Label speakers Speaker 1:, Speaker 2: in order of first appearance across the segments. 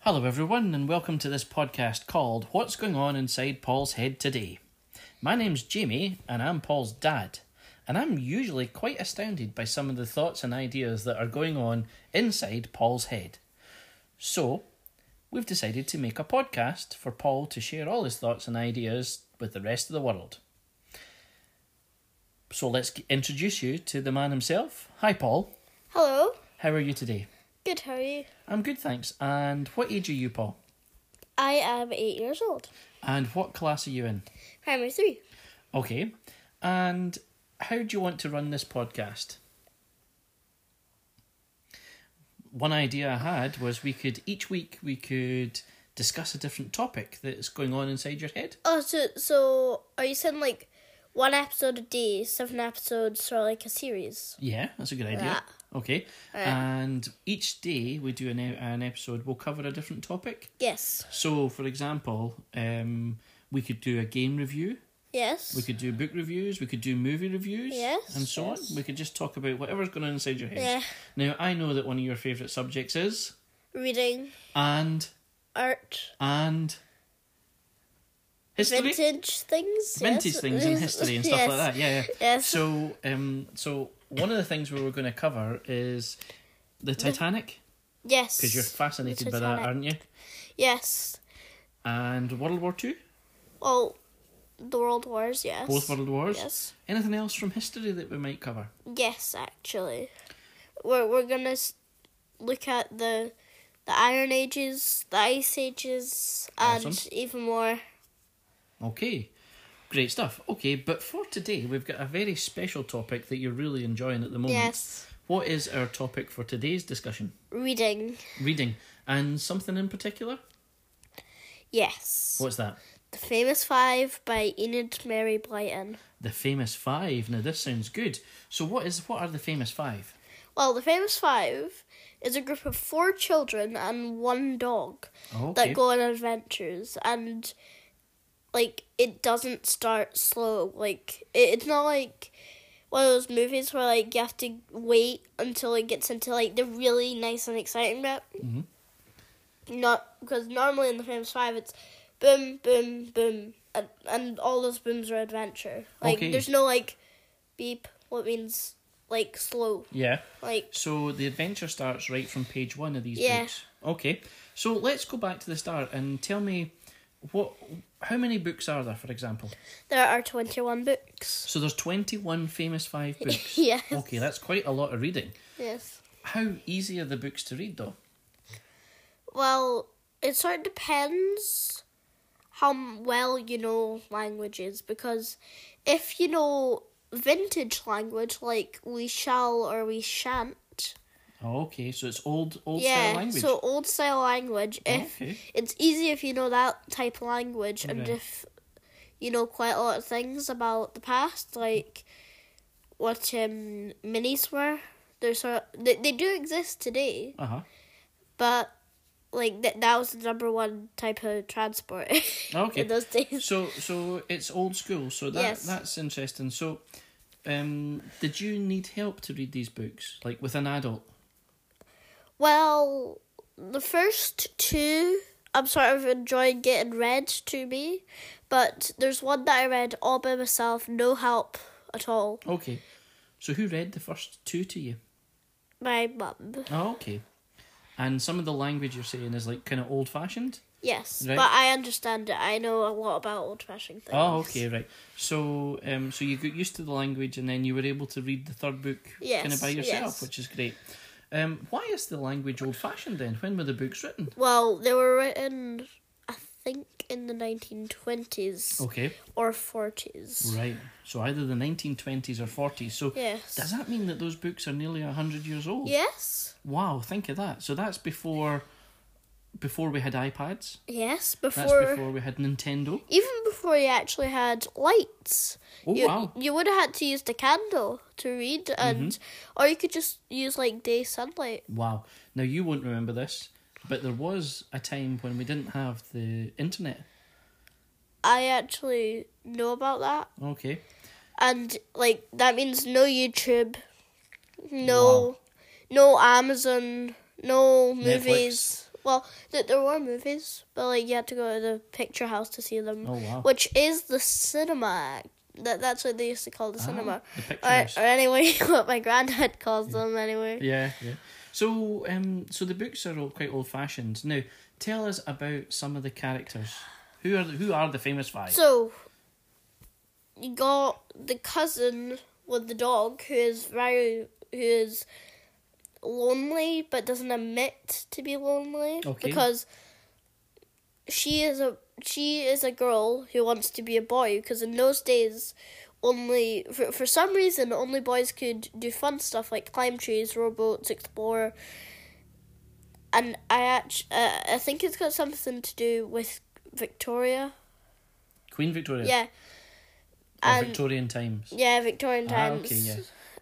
Speaker 1: Hello, everyone, and welcome to this podcast called What's Going On Inside Paul's Head Today. My name's Jamie, and I'm Paul's dad, and I'm usually quite astounded by some of the thoughts and ideas that are going on inside Paul's head. So, we've decided to make a podcast for Paul to share all his thoughts and ideas with the rest of the world. So, let's g- introduce you to the man himself. Hi, Paul.
Speaker 2: Hello.
Speaker 1: How are you today?
Speaker 2: Good, how are you?
Speaker 1: I'm good, thanks. And what age are you, Paul?
Speaker 2: I am eight years old.
Speaker 1: And what class are you in?
Speaker 2: Primary three.
Speaker 1: Okay. And how do you want to run this podcast? One idea I had was we could each week we could discuss a different topic that's going on inside your head.
Speaker 2: Oh, so so are you saying like one episode a day, seven episodes for like a series?
Speaker 1: Yeah, that's a good idea.
Speaker 2: Yeah.
Speaker 1: Okay. And each day we do an, e- an episode, we'll cover a different topic.
Speaker 2: Yes.
Speaker 1: So, for example, um, we could do a game review.
Speaker 2: Yes.
Speaker 1: We could do book reviews, we could do movie reviews,
Speaker 2: Yes,
Speaker 1: and so
Speaker 2: yes.
Speaker 1: on. We could just talk about whatever's going on inside your head.
Speaker 2: Yeah.
Speaker 1: Now, I know that one of your favourite subjects is
Speaker 2: Reading,
Speaker 1: and
Speaker 2: art,
Speaker 1: and history,
Speaker 2: vintage things.
Speaker 1: vintage
Speaker 2: yes.
Speaker 1: things in history and stuff
Speaker 2: yes.
Speaker 1: like that. Yeah, yeah.
Speaker 2: Yes.
Speaker 1: So, um, so one of the things we were going to cover is the Titanic
Speaker 2: yes.
Speaker 1: because you're fascinated by that,
Speaker 2: Titanic.
Speaker 1: aren't you?
Speaker 2: Yes.
Speaker 1: And World War Two,
Speaker 2: Well, the World Wars. Yes.
Speaker 1: both World Wars.
Speaker 2: Yes.
Speaker 1: Anything else from history that we might cover?
Speaker 2: Yes, actually, we're we're gonna s- look at the the Iron Ages, the Ice Ages, and
Speaker 1: Awesome.
Speaker 2: even more.
Speaker 1: Okay, great stuff. Okay, but for today, we've got a very special topic that you're really enjoying at the moment.
Speaker 2: Yes,
Speaker 1: What is our topic for today's discussion?
Speaker 2: reading.
Speaker 1: Reading. And something in particular?
Speaker 2: Yes,
Speaker 1: What's that?
Speaker 2: the famous five by Enid Mary Blyton.
Speaker 1: The famous five. Now this sounds good. So what is what are the famous five?
Speaker 2: Well, the famous five is a group of four children and one dog
Speaker 1: Oh,
Speaker 2: that go on adventures and like it doesn't start slow like it, it's not like one of those movies where like you have to wait until it gets into like the really nice and exciting bit
Speaker 1: Mhm. Mm-hmm.
Speaker 2: not because normally in the famous five it's boom boom boom and, and all those booms are adventure like
Speaker 1: Okay.
Speaker 2: there's no like beep what means like slow
Speaker 1: Yeah.
Speaker 2: like
Speaker 1: So the adventure starts right from page one of these
Speaker 2: Yeah.
Speaker 1: books. Okay. So let's go back to the start and tell me what how many books are there, for example?
Speaker 2: there are 21 books
Speaker 1: So there's twenty one famous five books.
Speaker 2: yes
Speaker 1: Okay, that's quite a lot of reading.
Speaker 2: yes
Speaker 1: How easy are the books to read though?
Speaker 2: Well, it sort of depends how m- well you know languages because if you know vintage language like we shall or we shan't,
Speaker 1: Oh, okay, so it's old old
Speaker 2: yeah,
Speaker 1: style language.
Speaker 2: so old style language. If
Speaker 1: Okay.
Speaker 2: it's easy if you know that type of language and
Speaker 1: Okay.
Speaker 2: if you know quite a lot of things about the past, like what um, minis were. They're sort they they do exist today.
Speaker 1: Uh huh.
Speaker 2: But like that that was the number one type of transport
Speaker 1: Okay.
Speaker 2: in those days.
Speaker 1: So so it's old school. So that
Speaker 2: Yes.
Speaker 1: that's interesting. So, um, did you need help to read these books, like with an adult?
Speaker 2: Well, the first two I'm sort of enjoying getting read to me, but there's one that I read all by myself, no help at all.
Speaker 1: Okay. So who read the first two to you?
Speaker 2: My mum.
Speaker 1: Oh, okay. And some of the language you're saying is like kind of old fashioned.
Speaker 2: Yes,
Speaker 1: Right.
Speaker 2: but I understand it. I know a lot about old fashioned things.
Speaker 1: Oh, okay, right. So, um, so you got used to the language, and then you were able to read the third book kind of
Speaker 2: Yes,
Speaker 1: by yourself,
Speaker 2: yes.
Speaker 1: which is great. Um, why is the language old fashioned then? When were the books written?
Speaker 2: Well, they were written, I think, in the 1920s
Speaker 1: Okay,
Speaker 2: or 40s.
Speaker 1: Oh. right. So either the 1920s or 40s. So
Speaker 2: Yes.
Speaker 1: Does that mean that those books are nearly hundred years old?
Speaker 2: Yes.
Speaker 1: Wow, think of that. So that's before, before we had iPads.
Speaker 2: Yes,
Speaker 1: That's
Speaker 2: before,
Speaker 1: before, we had Nintendo.
Speaker 2: even before you actually had lights.
Speaker 1: Oh
Speaker 2: you,
Speaker 1: wow. Mm-hmm.
Speaker 2: You would have had to use the candle to read and or you could just use like day sunlight.
Speaker 1: Wow. Now you won't remember this, but there was a time when we didn't have the internet.
Speaker 2: I actually know about that.
Speaker 1: Okay.
Speaker 2: And like that means no YouTube, no no Amazon, no movies. Well, th- there were movies, but like you had to go to the picture house to see them,
Speaker 1: Oh, wow.
Speaker 2: which is the cinema. That that's what they used to call the cinema,
Speaker 1: Ah, The
Speaker 2: or,
Speaker 1: pictures.
Speaker 2: or anyway, what my granddad calls them. Anyway,
Speaker 1: Yeah, yeah. So, um, so the books are all quite old fashioned. Now, tell us about some of the characters. Who are the, who are the famous five?
Speaker 2: so you got the cousin with the dog who is very who is lonely but doesn't admit to be lonely
Speaker 1: Okay.
Speaker 2: because she is a she is a girl who wants to be a boy because in those days only for, for some reason only boys could do fun stuff like climb trees rowboats explore and i act uh, i think it's got something to do with victoria
Speaker 1: Queen Victoria.
Speaker 2: yeah
Speaker 1: Or
Speaker 2: and-
Speaker 1: Victorian times.
Speaker 2: yeah victorian
Speaker 1: Ah,
Speaker 2: times
Speaker 1: okay, yeah.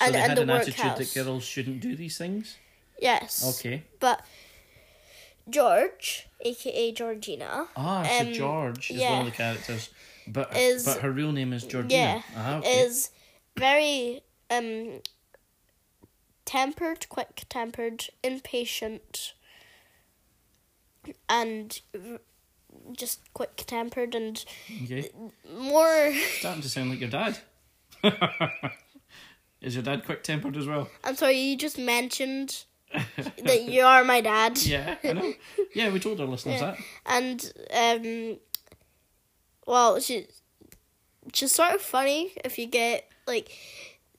Speaker 1: So
Speaker 2: and,
Speaker 1: they
Speaker 2: and
Speaker 1: had
Speaker 2: the
Speaker 1: an
Speaker 2: workhouse
Speaker 1: attitude that girls shouldn't do these things.
Speaker 2: yes
Speaker 1: Okay.
Speaker 2: but George, aka Georgina,
Speaker 1: Ah, so
Speaker 2: Um,
Speaker 1: George is
Speaker 2: yeah.
Speaker 1: one of the characters, but
Speaker 2: Is-
Speaker 1: but her real name is Georgina.
Speaker 2: yeah,
Speaker 1: ah, okay.
Speaker 2: is very um tempered, quick tempered, impatient, and r- just quick tempered and
Speaker 1: okay.
Speaker 2: more.
Speaker 1: Starting to sound like your dad. is your dad quick tempered as well?
Speaker 2: I'm sorry, you just mentioned that you are my dad,
Speaker 1: Yeah, I know. Yeah, we told our listeners
Speaker 2: Yeah.
Speaker 1: that.
Speaker 2: and um, well, she she's sort of funny if you get like.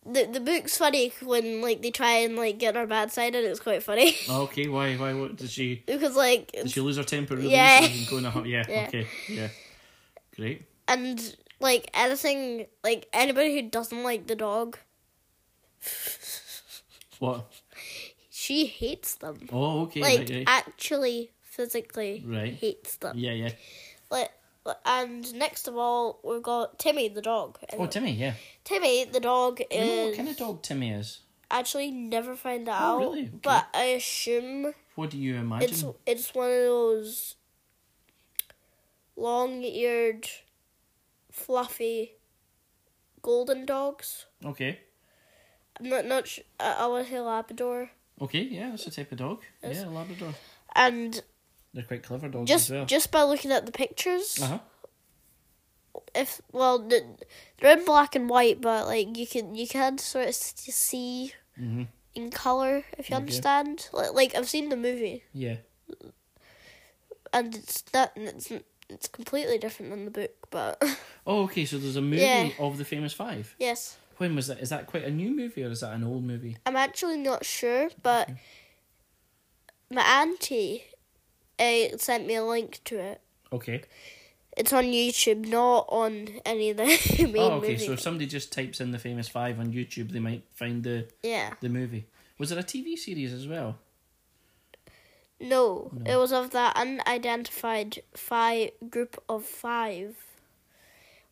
Speaker 2: The, the book's funny when like they try and like get on her bad side and it's quite funny
Speaker 1: Oh, Okay, why why what did she
Speaker 2: because like
Speaker 1: Did she lose her temper really?
Speaker 2: Yeah.
Speaker 1: Yeah. Go in a hu- yeah,
Speaker 2: Yeah.
Speaker 1: Okay. Yeah. Great.
Speaker 2: and like anything like anybody who doesn't like the dog
Speaker 1: What?
Speaker 2: she hates them
Speaker 1: Oh, okay.
Speaker 2: like
Speaker 1: right, right.
Speaker 2: actually physically
Speaker 1: Right.
Speaker 2: hates them
Speaker 1: yeah, yeah.
Speaker 2: like and next of all we've got timmy the dog
Speaker 1: Oh, Timmy. Yeah.
Speaker 2: timmy the dog
Speaker 1: You know what
Speaker 2: is
Speaker 1: kind of dog Timmy is?
Speaker 2: actually never find out
Speaker 1: Oh, really? Okay.
Speaker 2: but i assume
Speaker 1: What do you imagine?
Speaker 2: it's it's one of those long-eared fluffy golden dogs
Speaker 1: Okay.
Speaker 2: I'm not not sh- I, I want to say Labrador.
Speaker 1: Okay. Yeah, that's a type of dog. Yeah, Labrador.
Speaker 2: And
Speaker 1: They're quite clever dogs
Speaker 2: just
Speaker 1: as well.
Speaker 2: just by looking at the pictures,
Speaker 1: uh huh.
Speaker 2: if well, th- they're in black and white, but like you can you can sort of s- see
Speaker 1: Mhm.
Speaker 2: in color if you
Speaker 1: Okay.
Speaker 2: understand. Like, like I've seen the movie,
Speaker 1: Yeah.
Speaker 2: and it's that and it's it's completely different than the book. But
Speaker 1: Oh, okay. So there's a movie
Speaker 2: Yeah.
Speaker 1: of the famous five.
Speaker 2: yes,
Speaker 1: When was that? Is that quite a new movie or is that an old movie?
Speaker 2: I'm actually not sure, but my auntie uh, sent me a link to it.
Speaker 1: Okay.
Speaker 2: It's on YouTube, not on any of the main
Speaker 1: oh, okay.
Speaker 2: movies.
Speaker 1: So if somebody just types in the famous five on YouTube, they might find the
Speaker 2: Yeah.
Speaker 1: the movie. Was there a TV series as well?
Speaker 2: No, it was of that unidentified five group of five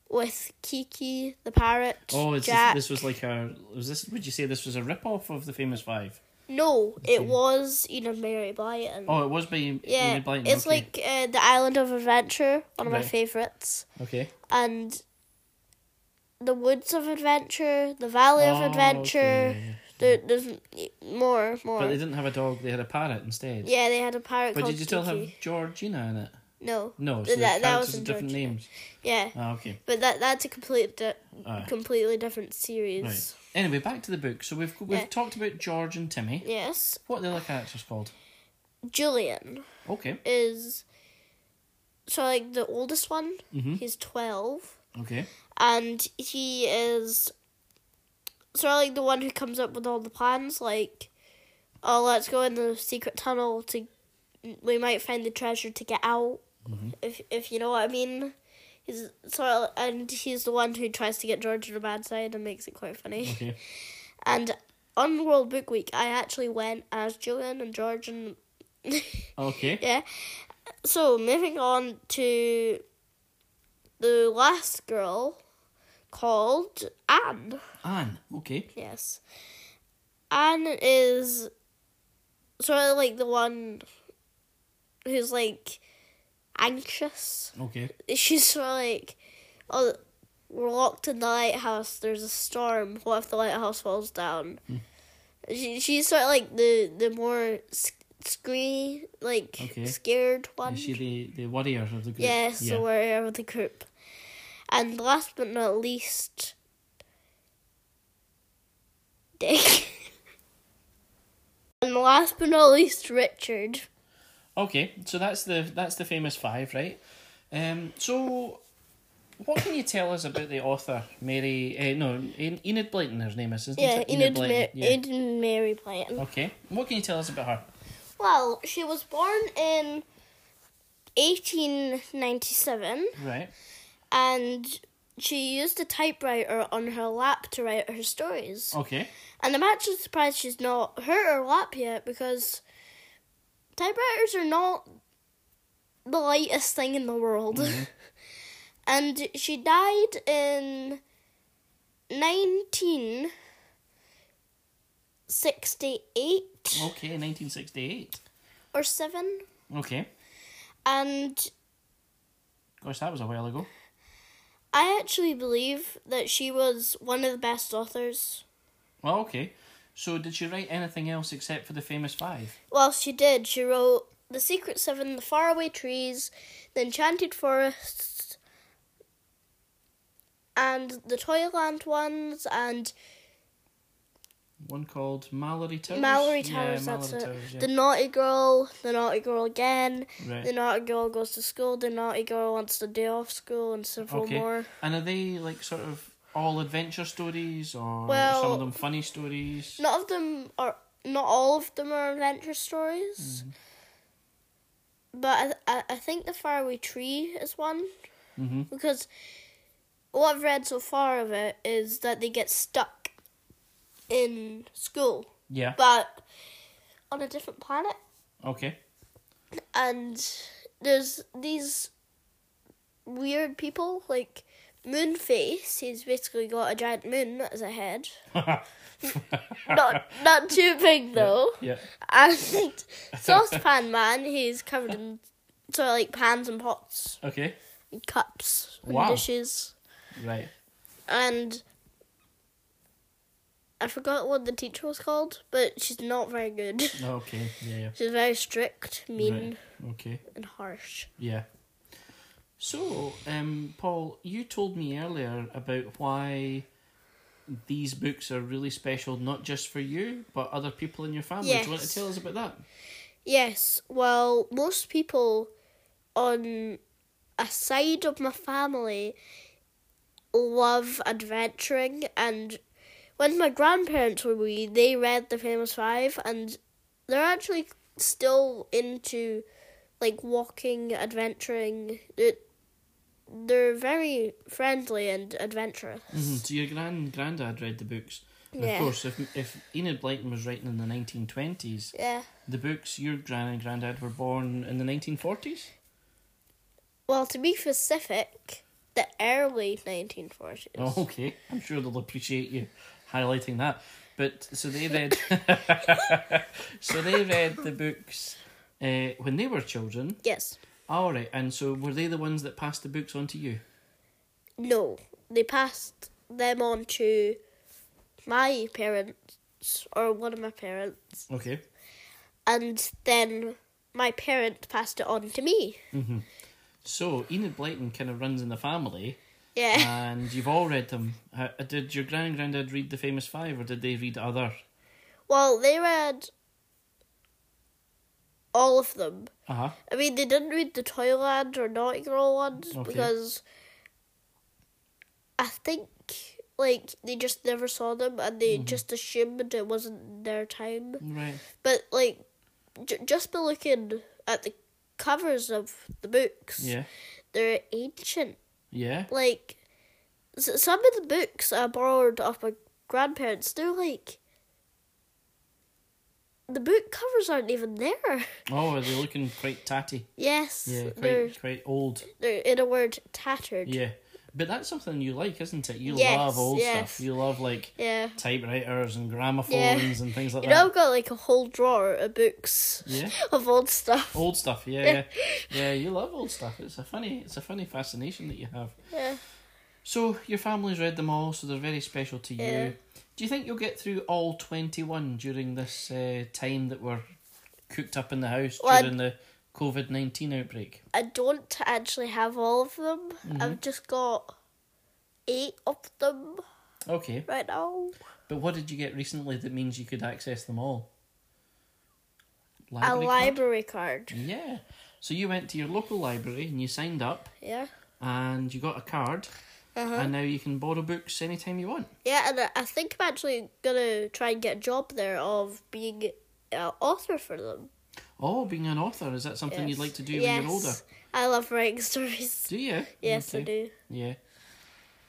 Speaker 2: with Kiki the parrot.
Speaker 1: Oh, is
Speaker 2: Jack.
Speaker 1: this, this was like a was this? Would you say this was a rip off of the Famous Five?
Speaker 2: No,
Speaker 1: Okay.
Speaker 2: it was you know Mary Blyton.
Speaker 1: Oh, it was by Enid
Speaker 2: yeah,
Speaker 1: Blyton.
Speaker 2: it's
Speaker 1: okay.
Speaker 2: like uh, the Island of Adventure, one of my
Speaker 1: Right.
Speaker 2: favorites,
Speaker 1: okay,
Speaker 2: and the Woods of Adventure, the Valley of
Speaker 1: Oh,
Speaker 2: Adventure.
Speaker 1: okay, yeah, yeah.
Speaker 2: There, there's m- more, more.
Speaker 1: But they didn't have a dog; they had a parrot instead.
Speaker 2: yeah, they had a pirate
Speaker 1: but
Speaker 2: called
Speaker 1: did you still
Speaker 2: Kiki.
Speaker 1: have Georgina in it?
Speaker 2: No.
Speaker 1: No, so
Speaker 2: Th- that-
Speaker 1: the
Speaker 2: that
Speaker 1: characters
Speaker 2: was in
Speaker 1: have different
Speaker 2: Georgina.
Speaker 1: names.
Speaker 2: Yeah,
Speaker 1: Ah, okay.
Speaker 2: but that that's a complete di-
Speaker 1: Ah,
Speaker 2: completely different series.
Speaker 1: right. Anyway, back to the book. So we've we've
Speaker 2: Yeah.
Speaker 1: talked about George and Timmy.
Speaker 2: Yes.
Speaker 1: What are the other characters called?
Speaker 2: Julian
Speaker 1: Okay.
Speaker 2: is so like the oldest one.
Speaker 1: Mhm.
Speaker 2: He's twelve,
Speaker 1: Okay.
Speaker 2: and he is sort of like the one who comes up with all the plans. Like, oh, let's go in the secret tunnel to. We might find the treasure to get out. If if you know what I mean. He's sort of, and he's the one who tries to get George on the bad side and makes it quite funny.
Speaker 1: Okay.
Speaker 2: And on World Book Week, I actually went as Julian and George and
Speaker 1: Okay.
Speaker 2: yeah. So moving on to the last girl called Anne.
Speaker 1: Anne. Okay.
Speaker 2: Yes, Anne is sort of like the one who's like anxious.
Speaker 1: Okay.
Speaker 2: She's sort of like, oh, we're locked in the lighthouse. There's a storm.
Speaker 1: Hmm.
Speaker 2: What if the lighthouse falls down? She she's sort of like the the more s- scree like
Speaker 1: Okay.
Speaker 2: scared one.
Speaker 1: Is she the, the warrior of the group?
Speaker 2: Yes,
Speaker 1: Yeah.
Speaker 2: the warrior of the group. And last but not least, Dick. and last but not least, Richard.
Speaker 1: Okay, so that's the that's the famous five, right? Um, so, what can you tell us about the author, Mary? Uh, no, En- Enid Blyton. Her name is, isn't
Speaker 2: Yeah,
Speaker 1: it?
Speaker 2: Enid, Ma-
Speaker 1: Blyton, yeah.
Speaker 2: Enid Mary Blanton.
Speaker 1: Okay, what can you tell us about her?
Speaker 2: Well, she was born in 1897
Speaker 1: Right.
Speaker 2: and she used a typewriter on her lap to write her stories.
Speaker 1: Okay.
Speaker 2: And I'm actually surprised she's not hurt her lap yet because typewriters are not the lightest thing in the world. and she died in 1968
Speaker 1: Okay. Nineteen sixty-eight.
Speaker 2: or 7.
Speaker 1: Okay.
Speaker 2: And
Speaker 1: Gosh, that was a while ago.
Speaker 2: I actually believe that she was one of the best authors.
Speaker 1: Well, okay. So, did she write anything else except for the famous five?
Speaker 2: Well, she did. She wrote The Secret Seven, The Faraway Trees, The Enchanted Forests, and The Toyland Ones, and
Speaker 1: One called Mallory Towers.
Speaker 2: Mallory
Speaker 1: Yeah,
Speaker 2: Towers, that's
Speaker 1: Mallory
Speaker 2: it.
Speaker 1: Towers, yeah.
Speaker 2: The Naughty Girl, The Naughty Girl Again,
Speaker 1: Right.
Speaker 2: The Naughty Girl Goes to School, The Naughty Girl Wants the Day Off School, and several
Speaker 1: Okay.
Speaker 2: more.
Speaker 1: And are they like sort of all adventure stories, or
Speaker 2: Well-
Speaker 1: some of them funny stories?
Speaker 2: None of them are. Not all of them are adventure stories, but I, I, I think the faraway tree is one
Speaker 1: Mm-hmm.
Speaker 2: because what I've read so far of it is that they get stuck in school,
Speaker 1: Yeah.
Speaker 2: but on a different planet,
Speaker 1: Okay.
Speaker 2: and there's these weird people like Moonface. He's basically got a giant moon as a head, not not too big though.
Speaker 1: yeah.
Speaker 2: And saucepan man, he's covered in sort of like pans and pots
Speaker 1: Okay.
Speaker 2: and cups and
Speaker 1: Wow.
Speaker 2: dishes.
Speaker 1: Right.
Speaker 2: And I forgot what the teacher was called, but she's not very good.
Speaker 1: Okay. Yeah. yeah.
Speaker 2: She's very strict, mean,
Speaker 1: Right. Okay.
Speaker 2: and harsh.
Speaker 1: Yeah. So, um, Paul, you told me earlier about why these books are really special, not just for you, but other people in your family. Do you want to
Speaker 2: Yes.
Speaker 1: tell us about that?
Speaker 2: Yes, well, most people on a side of my family love adventuring, and when my grandparents were wee, they read the Famous Five, and they're actually still into like walking, adventuring. It, they're very friendly and adventurous.
Speaker 1: hmm So your grand granddad read the books. And Of
Speaker 2: Yeah.
Speaker 1: course, if if Enid Blyton was writing in the nineteen twenties,
Speaker 2: Yeah.
Speaker 1: the books your gran and granddad were born in the nineteen forties.
Speaker 2: Well, to be specific, the early 1940s.
Speaker 1: Oh, okay. I'm sure they'll appreciate you highlighting that. But so they read, so they read the books uh, when they were children.
Speaker 2: Yes.
Speaker 1: All right, and so were they the ones that passed the books on to you?
Speaker 2: No, they passed them on to my parents or one of my parents,
Speaker 1: Okay.
Speaker 2: and then my parent passed it on to me.
Speaker 1: Mm-hmm. So Enid Blyton kind of runs in the family,
Speaker 2: Yeah.
Speaker 1: and you've all read them. Uh, did your gran and granddad read the famous five, or did they read other?
Speaker 2: well, they read all of them.
Speaker 1: Uh huh.
Speaker 2: I mean, they didn't read the Toyland or Naughty Girl ones
Speaker 1: Okay.
Speaker 2: because I think like they just never saw them and they just assumed it wasn't their time.
Speaker 1: Right.
Speaker 2: But like, j- just by looking at the covers of the books,
Speaker 1: Yeah.
Speaker 2: they're ancient.
Speaker 1: Yeah.
Speaker 2: Like, s- some of the books I borrowed off my grandparents, they're like, the book covers aren't even there.
Speaker 1: Oh, are they looking quite tatty?
Speaker 2: yes,
Speaker 1: Yeah,
Speaker 2: they're
Speaker 1: quite quite old.
Speaker 2: they're in a word tattered.
Speaker 1: Yeah. But that's something you like, isn't it? You
Speaker 2: Yes,
Speaker 1: love old
Speaker 2: yes.
Speaker 1: stuff. You love like
Speaker 2: Yeah.
Speaker 1: typewriters and gramophones and things like
Speaker 2: You
Speaker 1: that.
Speaker 2: know, I've got like a whole drawer of books
Speaker 1: Yeah. Oh.
Speaker 2: of old stuff.
Speaker 1: Old stuff, yeah, yeah. Yeah, you love old stuff. It's a funny it's a funny fascination that you have.
Speaker 2: Yeah.
Speaker 1: So your family's read them all, so they're very special to you.
Speaker 2: Yeah.
Speaker 1: Do you think you'll get through all twenty one during this uh, time that we're cooked up in the house
Speaker 2: Well, I-
Speaker 1: during the COVID 19 outbreak.
Speaker 2: I don't actually have all of them.
Speaker 1: Mm-hmm.
Speaker 2: I've just got eight of them
Speaker 1: Okay,
Speaker 2: right now.
Speaker 1: but what did you get recently that means you could access them all?
Speaker 2: a
Speaker 1: card?
Speaker 2: library card.
Speaker 1: Yeah. So you went to your local library and you signed up
Speaker 2: Yeah.
Speaker 1: and you got a card
Speaker 2: Uh-huh.
Speaker 1: and now you can borrow books anytime you want.
Speaker 2: Yeah, and I- I think I'm actually gonna try and get a job there of being an author for them.
Speaker 1: Oh, being an author, is that something
Speaker 2: Yes.
Speaker 1: you'd like to do when
Speaker 2: Yes.
Speaker 1: you're older?
Speaker 2: I love writing stories.
Speaker 1: Do you?
Speaker 2: Yes, I
Speaker 1: Okay.
Speaker 2: do.
Speaker 1: Yeah.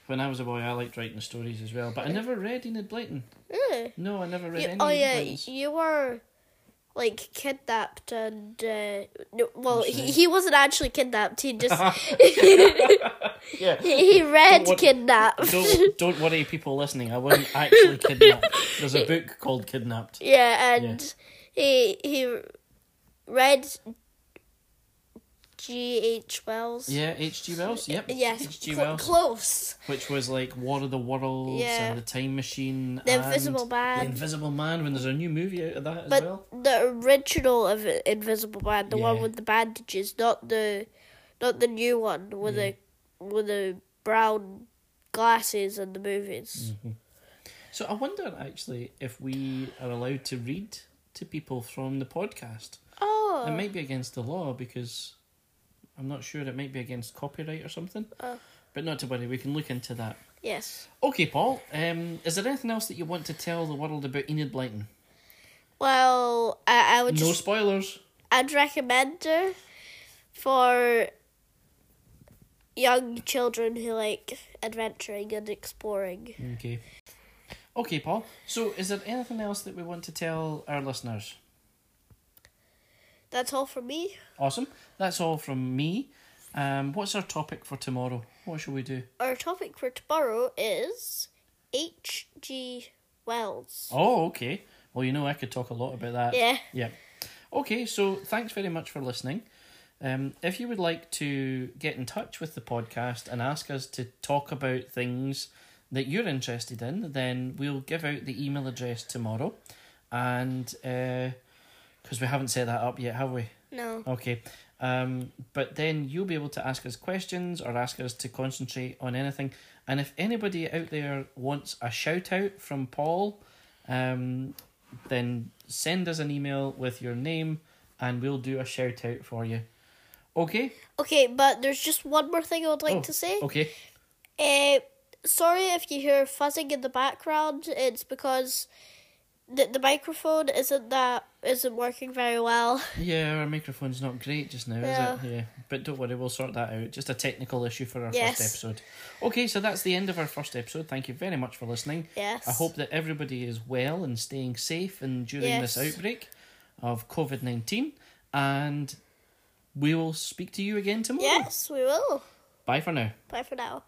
Speaker 1: When I was a boy, I liked writing stories as well, but I never read Enid Blyton.
Speaker 2: Really?
Speaker 1: No, I never read
Speaker 2: You-
Speaker 1: any
Speaker 2: oh
Speaker 1: Enid
Speaker 2: yeah,
Speaker 1: Blytons.
Speaker 2: you were like kidnapped and uh, no, well,
Speaker 1: I'm
Speaker 2: he,
Speaker 1: sorry.
Speaker 2: he wasn't actually kidnapped. He just
Speaker 1: Yeah.
Speaker 2: he he read
Speaker 1: want-
Speaker 2: kidnapped.
Speaker 1: Don't, don't worry, people listening. I wasn't actually kidnapped. There's a book called Kidnapped.
Speaker 2: yeah, and he he read G. H. Wells. Uh,
Speaker 1: Yeah, H.G. Wells. Yep.
Speaker 2: Yes,
Speaker 1: H.G.
Speaker 2: cl-
Speaker 1: Wells.
Speaker 2: close.
Speaker 1: which was like War of the Worlds
Speaker 2: Yeah.
Speaker 1: and the Time Machine,
Speaker 2: The
Speaker 1: and
Speaker 2: Invisible Man.
Speaker 1: the Invisible Man. When there's a new movie out of that as
Speaker 2: But
Speaker 1: well.
Speaker 2: the original of I- Invisible Man, the one
Speaker 1: Yeah.
Speaker 2: with the bandages, not the, not the new one with the, with the brown glasses and the
Speaker 1: Mm.
Speaker 2: movies.
Speaker 1: So I wonder actually if we are allowed to read to people from the podcast.
Speaker 2: Oh,
Speaker 1: It might be against the law because I'm not sure. It might be against copyright or something.
Speaker 2: Oh.
Speaker 1: But not to worry, we can look into that.
Speaker 2: yes.
Speaker 1: Okay, Paul. Um, is there anything else that you want to tell the world about Enid Blyton?
Speaker 2: Well, I, I would
Speaker 1: No
Speaker 2: just
Speaker 1: spoilers.
Speaker 2: I'd recommend her for young children who like adventuring and exploring.
Speaker 1: Okay. Okay, Paul. So, is there anything else that we want to tell our listeners?
Speaker 2: That's all for me.
Speaker 1: Awesome. That's all from me. Um, what's our topic for tomorrow? What shall we do?
Speaker 2: Our topic for tomorrow is H. G. Wells.
Speaker 1: Oh, okay. Well, you know, I could talk a lot about that.
Speaker 2: Yeah.
Speaker 1: Yeah. Okay, so thanks very much for listening. Um, if you would like to get in touch with the podcast and ask us to talk about things that you're interested in, then we'll give out the email address tomorrow. And because we haven't set that up yet, have we?
Speaker 2: No.
Speaker 1: Okay. Um, but then you'll be able to ask us questions or ask us to concentrate on anything. And if anybody out there wants a shout out from Paul, um, then send us an email with your name and we'll do a shout out for you. Okay?
Speaker 2: Okay, but there's just one more thing I would like
Speaker 1: Oh,
Speaker 2: to say.
Speaker 1: Okay.
Speaker 2: Uh, sorry if you hear fuzzing in the background. It's because the the microphone isn't that isn't working very well.
Speaker 1: Yeah, our microphone's not great just now, is it?
Speaker 2: No.
Speaker 1: Yeah. But don't worry, we'll sort that out. Just a technical issue for our
Speaker 2: Yes.
Speaker 1: first episode. Okay, so that's the end of our first episode. Thank you very much for listening.
Speaker 2: Yes.
Speaker 1: I hope that everybody is well and staying safe and during this
Speaker 2: Yes.
Speaker 1: outbreak of COVID 19. And we will speak to you again tomorrow.
Speaker 2: Yes, we will.
Speaker 1: Bye for now.
Speaker 2: Bye for now.